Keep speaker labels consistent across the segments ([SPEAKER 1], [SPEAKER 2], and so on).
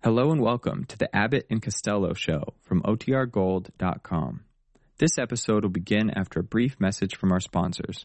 [SPEAKER 1] Hello and welcome to the Abbott and Costello Show from OTRGold.com. This episode will begin after a brief message from our sponsors.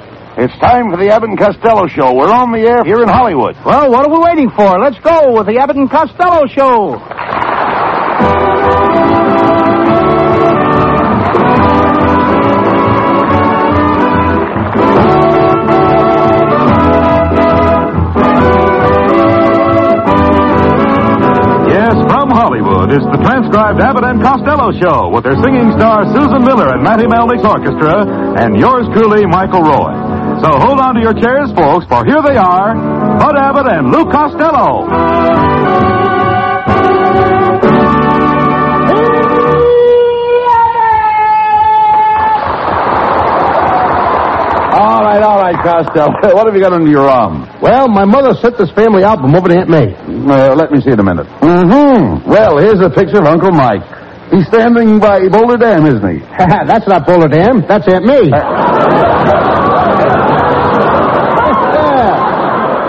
[SPEAKER 2] It's time for the Abbott and Costello Show. We're on the air here in Hollywood.
[SPEAKER 3] Well, what are we waiting for? Let's go with the Abbott and Costello Show.
[SPEAKER 2] Yes, from Hollywood, it's the transcribed Abbott and Costello Show with their singing star Susan Miller and Matty Melnick's orchestra, and yours truly, Michael Roy. So hold on to your chairs, folks, for here they are, Bud Abbott and Lou Costello. All right, all right, Costello. What have you got under your arm?
[SPEAKER 3] Well, my mother sent this family album over to Aunt May.
[SPEAKER 2] Uh, let me see it a minute. Mm-hmm. Well, here's a picture of Uncle Mike. He's standing by Boulder Dam, isn't he? Uh,
[SPEAKER 3] That's not Boulder Dam. That's Aunt May.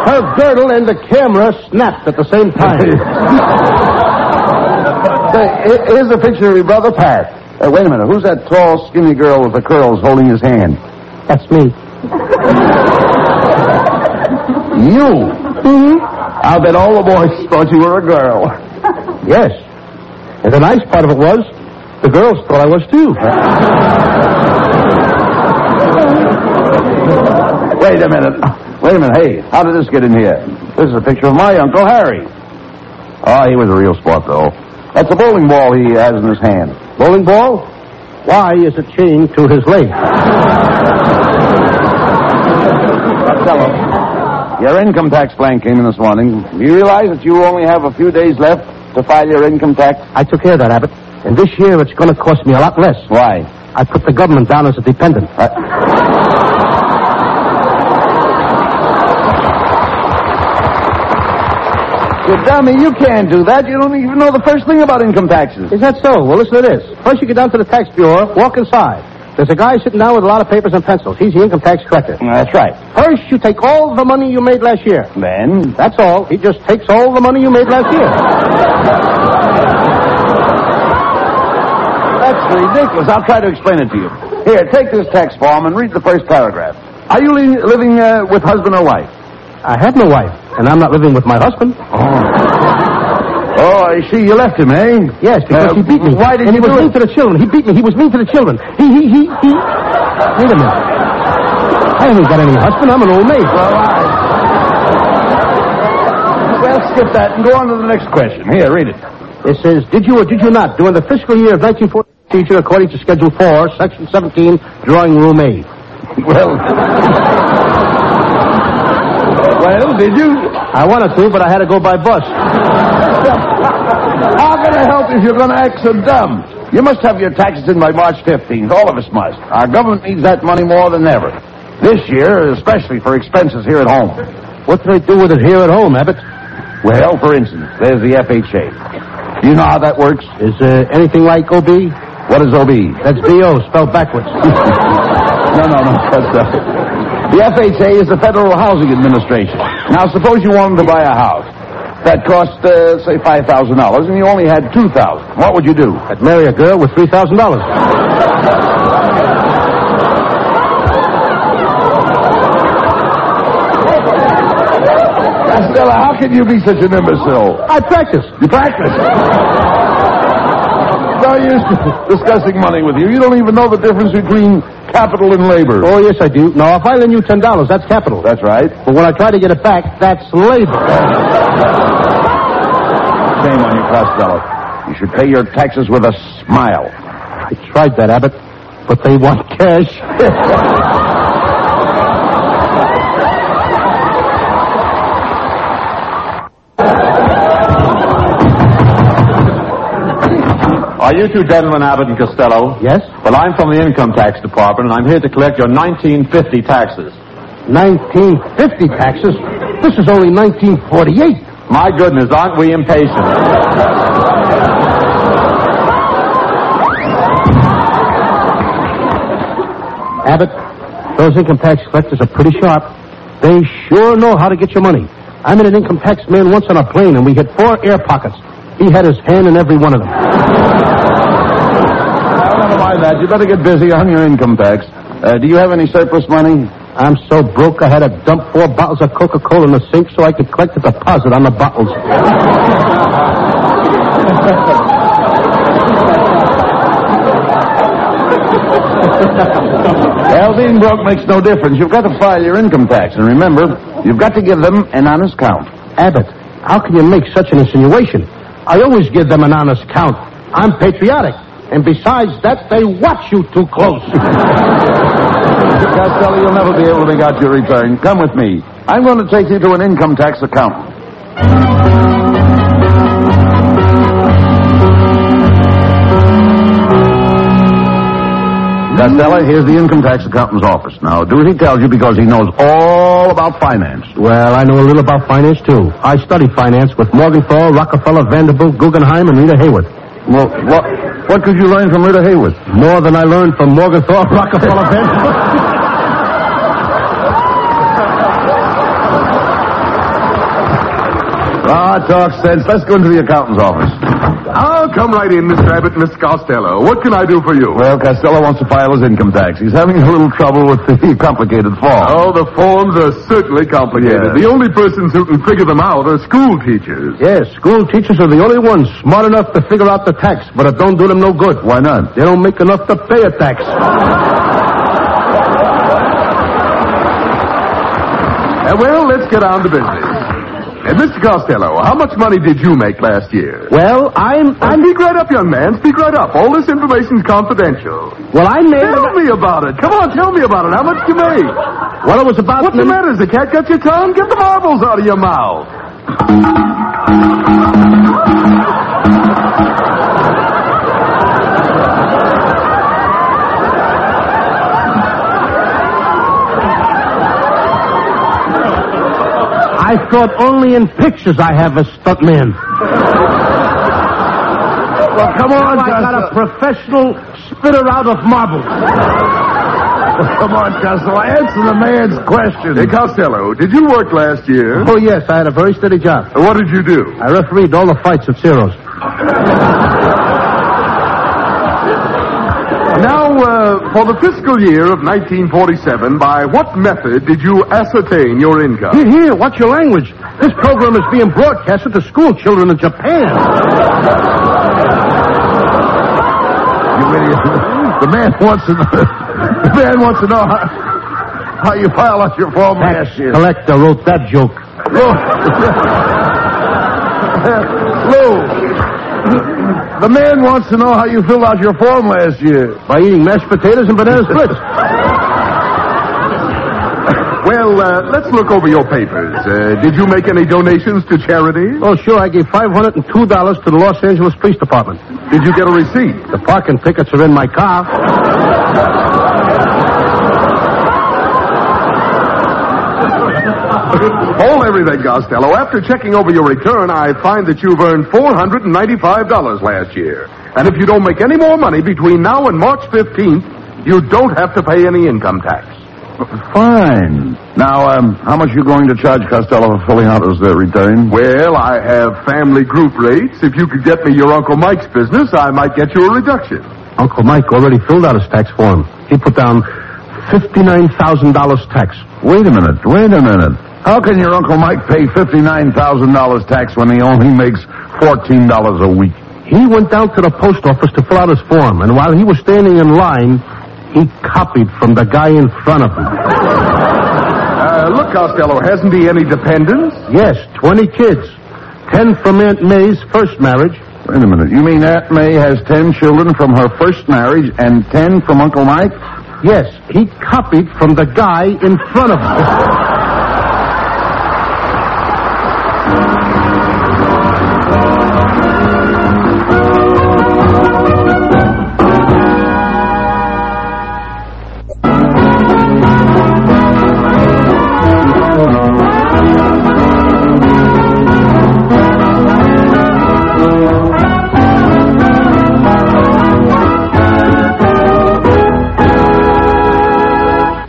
[SPEAKER 3] Her girdle and the camera snapped at the same time.
[SPEAKER 2] Say, he- here's a picture of your brother Pat. Uh, wait a minute. Who's that tall, skinny girl with the curls holding his hand?
[SPEAKER 3] That's me.
[SPEAKER 2] You. Mm-hmm. I'll bet all the boys thought you were a girl.
[SPEAKER 3] Yes. And the nice part of it was, the girls thought I was too.
[SPEAKER 2] Wait a minute. Wait a minute. Hey, how did this get in here? This is a picture of my Uncle Harry. Oh, he was a real sport, though. That's a bowling ball he has in his hand.
[SPEAKER 3] Bowling ball? Why is it chained to his leg?
[SPEAKER 2] Your income tax plan came in this morning. Do you realize that you only have a few days left to file your income tax?
[SPEAKER 3] I took care of that, Abbott. And this year it's going to cost me a lot less.
[SPEAKER 2] Why? Uh,
[SPEAKER 3] I put the government down as a dependent.
[SPEAKER 2] You dummy, you can't do that. You don't even know the first thing about income taxes.
[SPEAKER 3] Is that so? Well, listen to this. First, you get down to the tax bureau, walk inside. There's a guy sitting down with a lot of papers and pencils. He's the income tax collector.
[SPEAKER 2] Mm, That's right.
[SPEAKER 3] First, you take all the money you made last year.
[SPEAKER 2] Then,
[SPEAKER 3] That's all. He just takes all the money you made last year.
[SPEAKER 2] that's ridiculous. I'll try to explain it to you. Here, take this tax form and read the first paragraph. Are you li- living uh, with husband or wife?
[SPEAKER 3] I have no wife, and I'm not living with my husband.
[SPEAKER 2] Oh, I see. You left him, eh?
[SPEAKER 3] Yes, because
[SPEAKER 2] Uh,
[SPEAKER 3] he beat me.
[SPEAKER 2] Why did
[SPEAKER 3] and
[SPEAKER 2] you
[SPEAKER 3] he was
[SPEAKER 2] do
[SPEAKER 3] mean
[SPEAKER 2] it?
[SPEAKER 3] to the children. He beat me. He was mean to the children. He, he, he, he. Wait a minute. I haven't got any husband. I'm an old maid.
[SPEAKER 2] All right. Well, skip that and go on to the next question. Here, read it.
[SPEAKER 3] It says, did you or did you not, during the fiscal year of 1940, teacher according to Schedule 4, Section 17, Drawing Room A?
[SPEAKER 2] Well. well, did you?
[SPEAKER 3] I wanted to, but I had to go by bus.
[SPEAKER 2] How can I help if you're going to act so dumb? You must have your taxes in by March 15th. All of us must. Our government needs that money more than ever. This year, especially for expenses here at home.
[SPEAKER 3] What do they do with it here at home, Abbott?
[SPEAKER 2] Well, for instance, there's the FHA. You know how that works?
[SPEAKER 3] Is uh, anything like OB?
[SPEAKER 2] What is OB? That's BO spelled backwards. no, no, no. That's uh, the FHA is the Federal Housing Administration. Now, suppose you wanted to buy a house. That cost, uh, say, $5,000, and you only had 2000 What would you do? I'd marry a girl with $3,000. Stella, how can you be such an imbecile? I practice. You practice? No use discussing money with you. You don't even know the difference between capital and labor. Oh, yes, I do. Now, if I lend you $10, that's capital. That's right. But when I try to get it back, that's labor. Shame on you, Costello. You should pay your taxes with a smile. I tried that, Abbott, but they want cash.
[SPEAKER 4] Are you two Denman, Abbott, and Costello?
[SPEAKER 2] Yes?
[SPEAKER 4] Well, I'm from the Income Tax Department, and I'm here to collect your 1950 taxes.
[SPEAKER 2] 1950 taxes? This is only 1948.
[SPEAKER 4] My goodness, aren't we impatient?
[SPEAKER 2] Abbott, those income tax collectors are pretty sharp. They sure know how to get your money. I met an income tax man once on a plane, and we hit four air pockets. He had his hand in every one of them.
[SPEAKER 4] Never mind that. You better get busy on your income tax. Uh, do you have any surplus money?
[SPEAKER 2] I'm so broke I had to dump four bottles of Coca-Cola in the sink so I could collect a deposit on the bottles.
[SPEAKER 4] Well, being broke makes no difference. You've got to file your income tax, and remember, you've got to give them an honest count.
[SPEAKER 2] Abbott, how can you make such an insinuation? I always give them an honest count. I'm patriotic. And besides that, they watch you too close.
[SPEAKER 4] Costello, you'll never be able to make out your return. Come with me. I'm going to take you to an income tax accountant. Costello, here's the income tax accountant's office. Now, do as he tells you because he knows all about finance.
[SPEAKER 2] Well, I know a little about finance, too. I studied finance with Morgenthau, Rockefeller, Vanderbilt, Guggenheim, and Rita Hayworth.
[SPEAKER 4] Well, what, what could you learn from Rita Hayworth?
[SPEAKER 2] More than I learned from Morgenthau, Rockefeller, Vanderbilt.
[SPEAKER 4] Ah, talk sense. Let's go into the accountant's office.
[SPEAKER 5] I'll come right in, Mr. Abbott, Miss Costello. What can I do for you?
[SPEAKER 4] Well, Costello wants to file his income tax. He's having a little trouble with the complicated form.
[SPEAKER 5] Oh, the forms are certainly complicated.
[SPEAKER 4] Yes.
[SPEAKER 5] The only persons who can figure them out are school teachers.
[SPEAKER 2] Yes, school teachers are the only ones smart enough to figure out the tax, but it don't do them no good.
[SPEAKER 4] Why not?
[SPEAKER 2] They don't make enough to pay a tax.
[SPEAKER 5] Uh, well, let's get on to business. And Mr. Costello, how much money did you make last year?
[SPEAKER 2] Well, I'm,
[SPEAKER 5] Uh,
[SPEAKER 2] I'm,
[SPEAKER 5] speak right up, young man. Speak right up. All this information's confidential.
[SPEAKER 2] well, I made,
[SPEAKER 5] Tell me about it. Come on, tell me about it. How much you make?
[SPEAKER 2] well, it was about,
[SPEAKER 5] What's the matter? Has the cat got your tongue? Get the marbles out of your mouth.
[SPEAKER 2] I thought only in pictures I have a stuntman.
[SPEAKER 4] Well, come on,
[SPEAKER 2] I got a professional spitter out of marbles.
[SPEAKER 4] Come on, Costello. Answer the man's question.
[SPEAKER 5] Hey, Costello, did you work last year?
[SPEAKER 2] Oh, yes, I had a very steady job.
[SPEAKER 5] What did you do?
[SPEAKER 2] I refereed all the fights at Ciro's.
[SPEAKER 5] Now, uh, for the fiscal year of 1947, by what method did you ascertain your income?
[SPEAKER 2] Here, here, watch your language. This program is being broadcasted to school children in Japan.
[SPEAKER 4] You idiot. The man wants to know, the man wants to know how, how you file out your form last year.
[SPEAKER 2] Collector wrote that joke.
[SPEAKER 4] Lou. Lou. The man wants to know how you filled out your form last year.
[SPEAKER 2] By eating mashed potatoes and banana splits.
[SPEAKER 5] Well, uh, let's look over your papers. Uh, did you make any donations to charity?
[SPEAKER 2] Oh, sure, I gave $502 to the Los Angeles Police Department.
[SPEAKER 5] Did you get a receipt?
[SPEAKER 2] The parking tickets are in my car.
[SPEAKER 5] Hold everything, Costello. After checking over your return, I find that you've earned $495 last year. And if you don't make any more money between now and March 15th, you don't have to pay any income tax.
[SPEAKER 2] Fine. Now, um, how much are you going to charge Costello for filling out his uh, return?
[SPEAKER 5] Well, I have family group rates. If you could get me your Uncle Mike's business, I might get you a reduction.
[SPEAKER 3] Uncle Mike already filled out his tax form. He put down $59,000 tax.
[SPEAKER 2] Wait a minute. Wait a minute. How can your Uncle Mike pay $59,000 tax when he only makes $14 a week?
[SPEAKER 3] He went down to the post office to fill out his form, and while he was standing in line, he copied from the guy in front of him.
[SPEAKER 5] Uh, look, Costello, hasn't he any dependents?
[SPEAKER 3] Yes, 20 kids. 10 from Aunt May's first marriage.
[SPEAKER 2] Wait a minute. You mean Aunt May has 10 children from her first marriage and 10 from Uncle Mike?
[SPEAKER 3] Yes, he copied from the guy in front of him.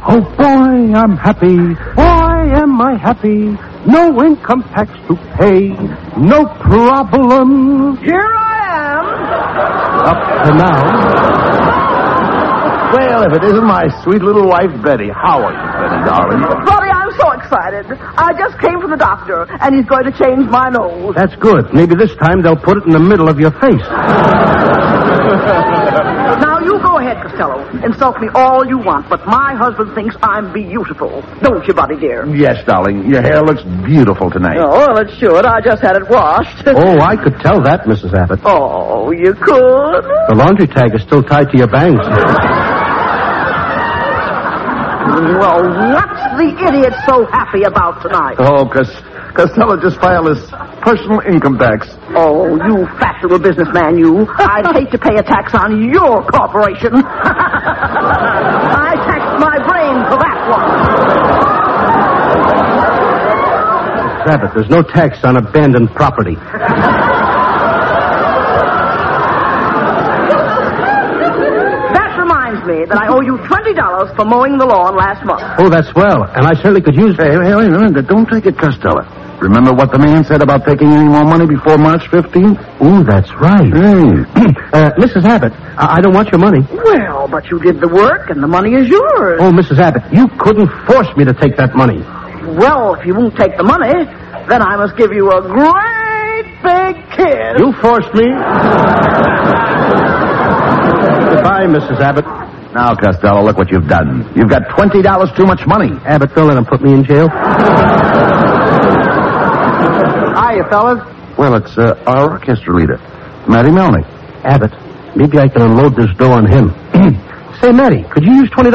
[SPEAKER 3] Oh boy, I'm happy. Why am I happy? No income tax to pay. No problem. Here I am. Up to now.
[SPEAKER 2] Well, if it isn't my sweet little wife, Betty. How are you, Betty, darling?
[SPEAKER 6] Bobby, I'm so excited. I just came from the doctor, and he's going to change my nose.
[SPEAKER 3] That's good. Maybe this time they'll put it in the middle of your face.
[SPEAKER 6] Now, you go ahead, Costello. Insult me all you want, but my husband thinks I'm beautiful. Don't you, Bobby, dear?
[SPEAKER 2] Yes, darling. Your hair looks beautiful tonight.
[SPEAKER 6] well, it should. I just had it washed.
[SPEAKER 3] Oh, I could tell that, Mrs. Abbott.
[SPEAKER 6] Oh, you could?
[SPEAKER 3] The laundry tag is still tied to your bangs.
[SPEAKER 6] Well, what's the idiot so happy about tonight?
[SPEAKER 2] Oh, Cos- Costello just filed his personal income tax.
[SPEAKER 6] Oh, you fashionable businessman, you. I'd hate to pay a tax on your corporation. I taxed my brain for that one.
[SPEAKER 3] Mrs. Abbott, there's no tax on abandoned property.
[SPEAKER 6] That reminds me that I owe you $20 for mowing the lawn last month.
[SPEAKER 3] Oh, that's well. And I certainly could use
[SPEAKER 2] Hey, hey, wait a minute. Don't take it, Costello. Remember what the man said about taking any more money before March 15th?
[SPEAKER 3] Oh, that's right. uh, Mrs. Abbott, I-, I don't want your money.
[SPEAKER 6] Well, but you did the work and the money is yours.
[SPEAKER 3] Oh, Mrs. Abbott, you couldn't force me to take that money.
[SPEAKER 6] Well, if you won't take the money, then I must give you a great big kiss.
[SPEAKER 3] You forced me. Goodbye, Mrs. Abbott.
[SPEAKER 2] Now, Costello, look what you've done. You've got $20 too much money.
[SPEAKER 3] Abbott, don't let him put me in jail.
[SPEAKER 6] Hiya, fellas.
[SPEAKER 2] Well, it's uh, our orchestra leader, Matty Melnick.
[SPEAKER 3] Abbott, maybe I can unload this dough on him. Say, Matty, could you use $20?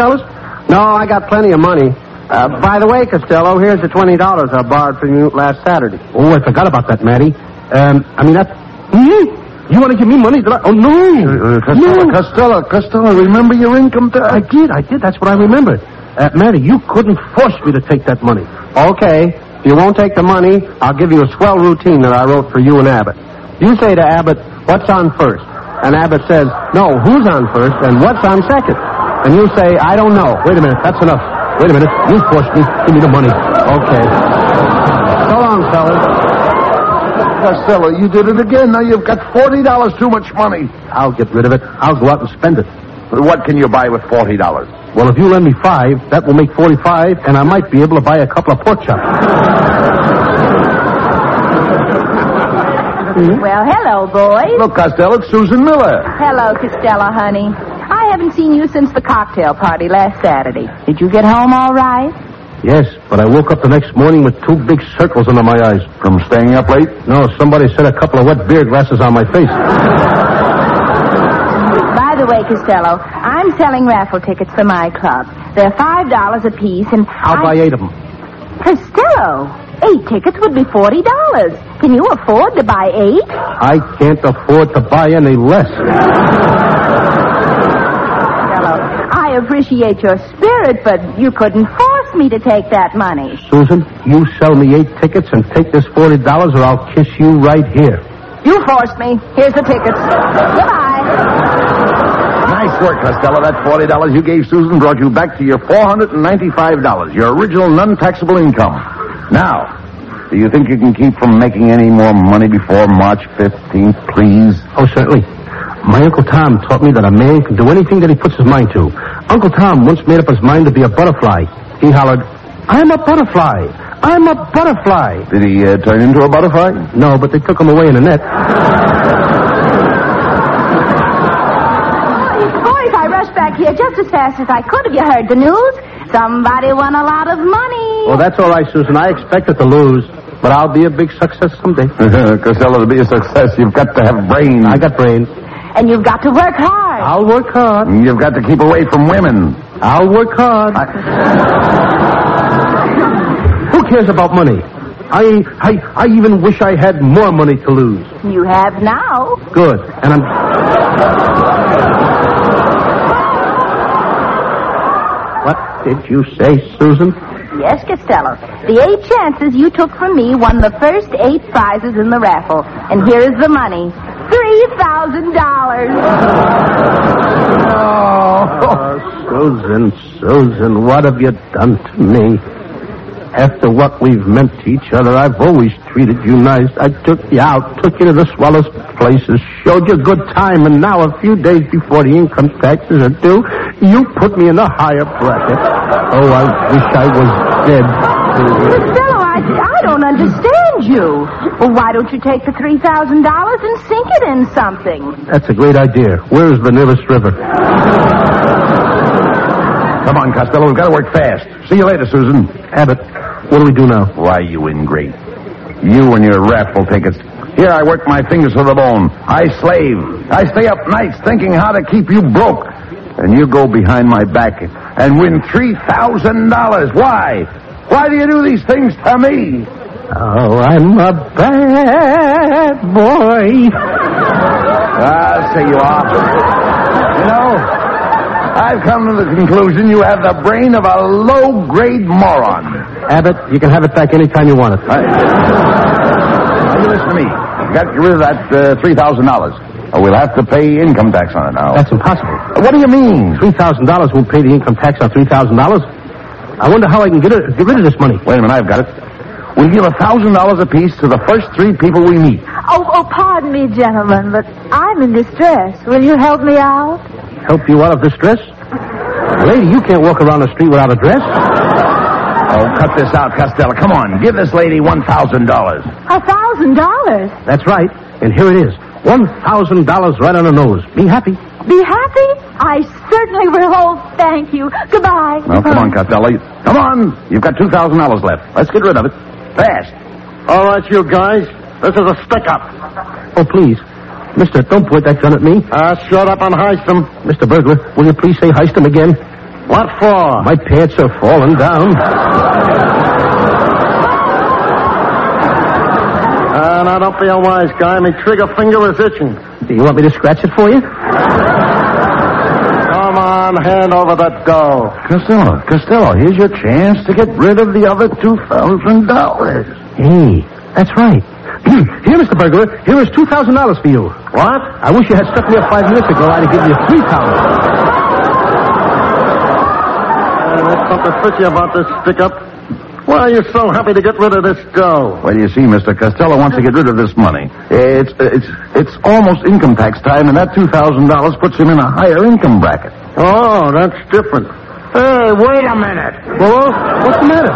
[SPEAKER 3] No, I got plenty of money. Uh, by the way, Costello, here's the $20 I borrowed from you last Saturday. Oh, I forgot about that, Matty. Um, I mean, that... Hmm? You want to give me money? Did I... Oh, no.
[SPEAKER 2] Uh, Costello,
[SPEAKER 3] no.
[SPEAKER 2] Costello, Costello, remember your income tax.
[SPEAKER 3] I did, I did. That's what I remembered. Uh, Matty, you couldn't force me to take that money. Okay. If you won't take the money, I'll give you a swell routine that I wrote for you and Abbott. You say to Abbott, what's on first? And Abbott says, no, who's on first and what's on second? And you say, I don't know. Wait a minute, that's enough. Wait a minute, you forced me. Give me the money. Okay. So long, fellas.
[SPEAKER 2] Costello, you did it again. Now you've got $40 too much money.
[SPEAKER 3] I'll get rid of it. I'll go out and spend it.
[SPEAKER 2] But What can you buy with $40?
[SPEAKER 3] Well, if you lend me five, that will make forty-five, and I might be able to buy a couple of pork chops.
[SPEAKER 7] Well, hello, boys.
[SPEAKER 2] Look, Costello, it's Susan Miller.
[SPEAKER 7] Hello, Costello, honey. I haven't seen you since the cocktail party last Saturday. Did you get home all right?
[SPEAKER 3] Yes, but I woke up the next morning with two big circles under my eyes.
[SPEAKER 2] From staying up late?
[SPEAKER 3] No, somebody set a couple of wet beer glasses on my face.
[SPEAKER 7] By the way, Costello, I'm selling raffle tickets for my club. They're five dollars apiece, and
[SPEAKER 3] I'll buy
[SPEAKER 7] I...
[SPEAKER 3] eight of them.
[SPEAKER 7] Costello, eight tickets would be forty dollars. Can you afford to buy eight?
[SPEAKER 3] I can't afford to buy any less.
[SPEAKER 7] Costello, I appreciate your spirit, but you couldn't force me to take that money.
[SPEAKER 3] Susan, you sell me eight tickets and take this forty dollars, or I'll kiss you right here.
[SPEAKER 7] You forced me. Here's the tickets. Goodbye.
[SPEAKER 2] Nice work, Costello. That $40 you gave Susan brought you back to your $495, your original non-taxable income. Now, do you think you can keep from making any more money before March 15th, please?
[SPEAKER 3] Oh, certainly. My Uncle Tom taught me that a man can do anything that he puts his mind to. Uncle Tom once made up his mind to be a butterfly. He hollered, I'm a butterfly! I'm a butterfly!
[SPEAKER 2] Did he uh, turn into a butterfly?
[SPEAKER 3] No, but they took him away in a net.
[SPEAKER 7] Boys, I rushed back here just as fast as I could. Have you heard the news? Somebody won a lot of money.
[SPEAKER 3] Well, that's all right, Susan. I expected to lose, but I'll be a big success someday.
[SPEAKER 2] Costello, to be a success, you've got to have brains.
[SPEAKER 3] I got brains.
[SPEAKER 7] And you've got to work hard.
[SPEAKER 3] I'll work hard.
[SPEAKER 2] You've got to keep away from women.
[SPEAKER 3] I'll work hard. Who cares about money? I, I, I even wish I had more money to lose.
[SPEAKER 7] You have now.
[SPEAKER 3] Good. And I'm. What did you say, Susan?
[SPEAKER 7] Yes, Costello. The eight chances you took from me won the first eight prizes in the raffle. And here is the money. Three thousand dollars.
[SPEAKER 3] Oh, Susan, Susan, what have you done to me? After what we've meant to each other, I've always treated you nice. I took you out, took you to the swellest places, showed you a good time, and now a few days before the income taxes are due, you put me in a higher bracket. Oh, I wish I was dead.
[SPEAKER 7] Costello, I, I don't understand you. Well, why don't you take the three thousand dollars and sink it in something?
[SPEAKER 3] That's a great idea. Where is the nearest river?
[SPEAKER 2] Come on, Costello, we've got to work fast. See you later, Susan.
[SPEAKER 3] Abbott, what do we do now?
[SPEAKER 2] Why, you ingrate. You and your raffle tickets. Here I work my fingers to the bone. I slave. I stay up nights thinking how to keep you broke. And you go behind my back and win $3,000. Why? Why do you do these things to me?
[SPEAKER 3] Oh, I'm a bad boy.
[SPEAKER 2] Ah, say you are. You know, I've come to the conclusion you have the brain of a low-grade moron.
[SPEAKER 3] Abbott, you can have it back anytime you want it.
[SPEAKER 2] I... Now, you listen to me. You got to get rid of that uh, $3,000. Or we'll have to pay income tax on it now.
[SPEAKER 3] That's impossible.
[SPEAKER 2] What do you mean?
[SPEAKER 3] Three thousand dollars won't pay the income tax on three thousand dollars. I wonder how I can get, it, get rid of this money.
[SPEAKER 2] Wait a minute, I've got it. We'll give $1,000 apiece to the first three people we meet.
[SPEAKER 8] Oh, oh, pardon me, gentlemen, but I'm in distress. Will you help me out?
[SPEAKER 3] Help you out of distress, lady. You can't walk around the street without a dress.
[SPEAKER 2] Oh, cut this out, Costello. Come on, give this lady $1,000.
[SPEAKER 8] A thousand dollars.
[SPEAKER 3] That's right. And here it is, one thousand dollars right on the nose. Be happy.
[SPEAKER 8] Be happy? I certainly will. Oh, thank you. Goodbye.
[SPEAKER 2] Well, come on, Costello. Come on. You've got $2,000 left. Let's get rid of it. Fast.
[SPEAKER 3] All right, you guys. This is a stick up. Oh, please. Mister, don't point that gun at me. Ah, shut up and heist him. Mr. Burglar, will you please say heist him again? What for? My pants are falling down. Ah, now don't be a wise guy. My trigger finger is itching. Do you want me to scratch it for you? Come on, hand over that dough.
[SPEAKER 2] Costello, Costello, here's your chance to get rid of the other $2,000.
[SPEAKER 3] Hey, that's right. Here, Mr. Burglar, here is $2,000 for you. What? I wish you had stuck me up five minutes ago. I'd have given you $3,000.
[SPEAKER 5] There's something fishy about this stick up. Why are you so happy to get rid of this dough?
[SPEAKER 2] Well, you see, Mr. Costello wants to get rid of this money. It's, it's, it's almost income tax time, and that $2,000 puts him in a higher income bracket.
[SPEAKER 5] Oh, that's different. Hey, wait a minute.
[SPEAKER 3] Well, what's the matter?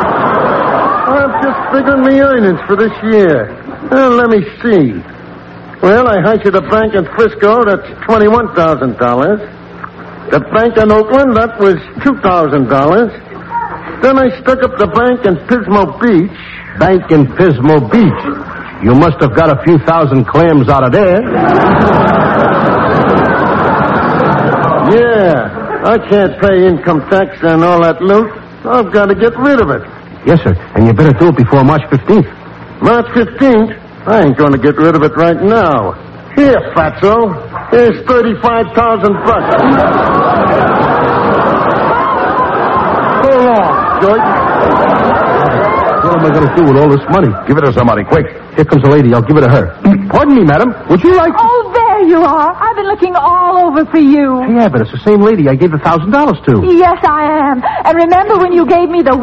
[SPEAKER 5] I'm just figuring my earnings for this year. Uh, let me see. Well, I hired the bank in Frisco. That's twenty-one thousand dollars. The bank in Oakland. That was two thousand dollars. Then I stuck up the bank in Pismo Beach.
[SPEAKER 3] Bank in Pismo Beach. You must have got a few thousand clams out of there.
[SPEAKER 5] Yeah, I can't pay income tax and all that loot. I've got to get rid of it.
[SPEAKER 3] Yes, sir. And you better do it before March 15th.
[SPEAKER 5] March 15th? I ain't going to get rid of it right now. Here, Fatso. Here's 35,000 bucks. So long, Joyce.
[SPEAKER 3] What am I going to do with all this money?
[SPEAKER 2] Give it to somebody, quick.
[SPEAKER 3] Here comes a lady. I'll give it to her. Pardon me, madam. Would you like?
[SPEAKER 7] Oh, there you are. I've been looking all over for you.
[SPEAKER 3] Yeah, but it's the same lady I gave a thousand dollars to.
[SPEAKER 7] Yes, I am. And remember when you gave me the $1,000?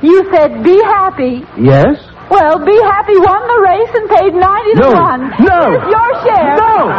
[SPEAKER 7] You said, be happy.
[SPEAKER 3] Yes.
[SPEAKER 7] Well, be happy won the race and paid 90
[SPEAKER 3] No.
[SPEAKER 7] to 1.
[SPEAKER 3] No.
[SPEAKER 7] Here's your share.
[SPEAKER 3] No.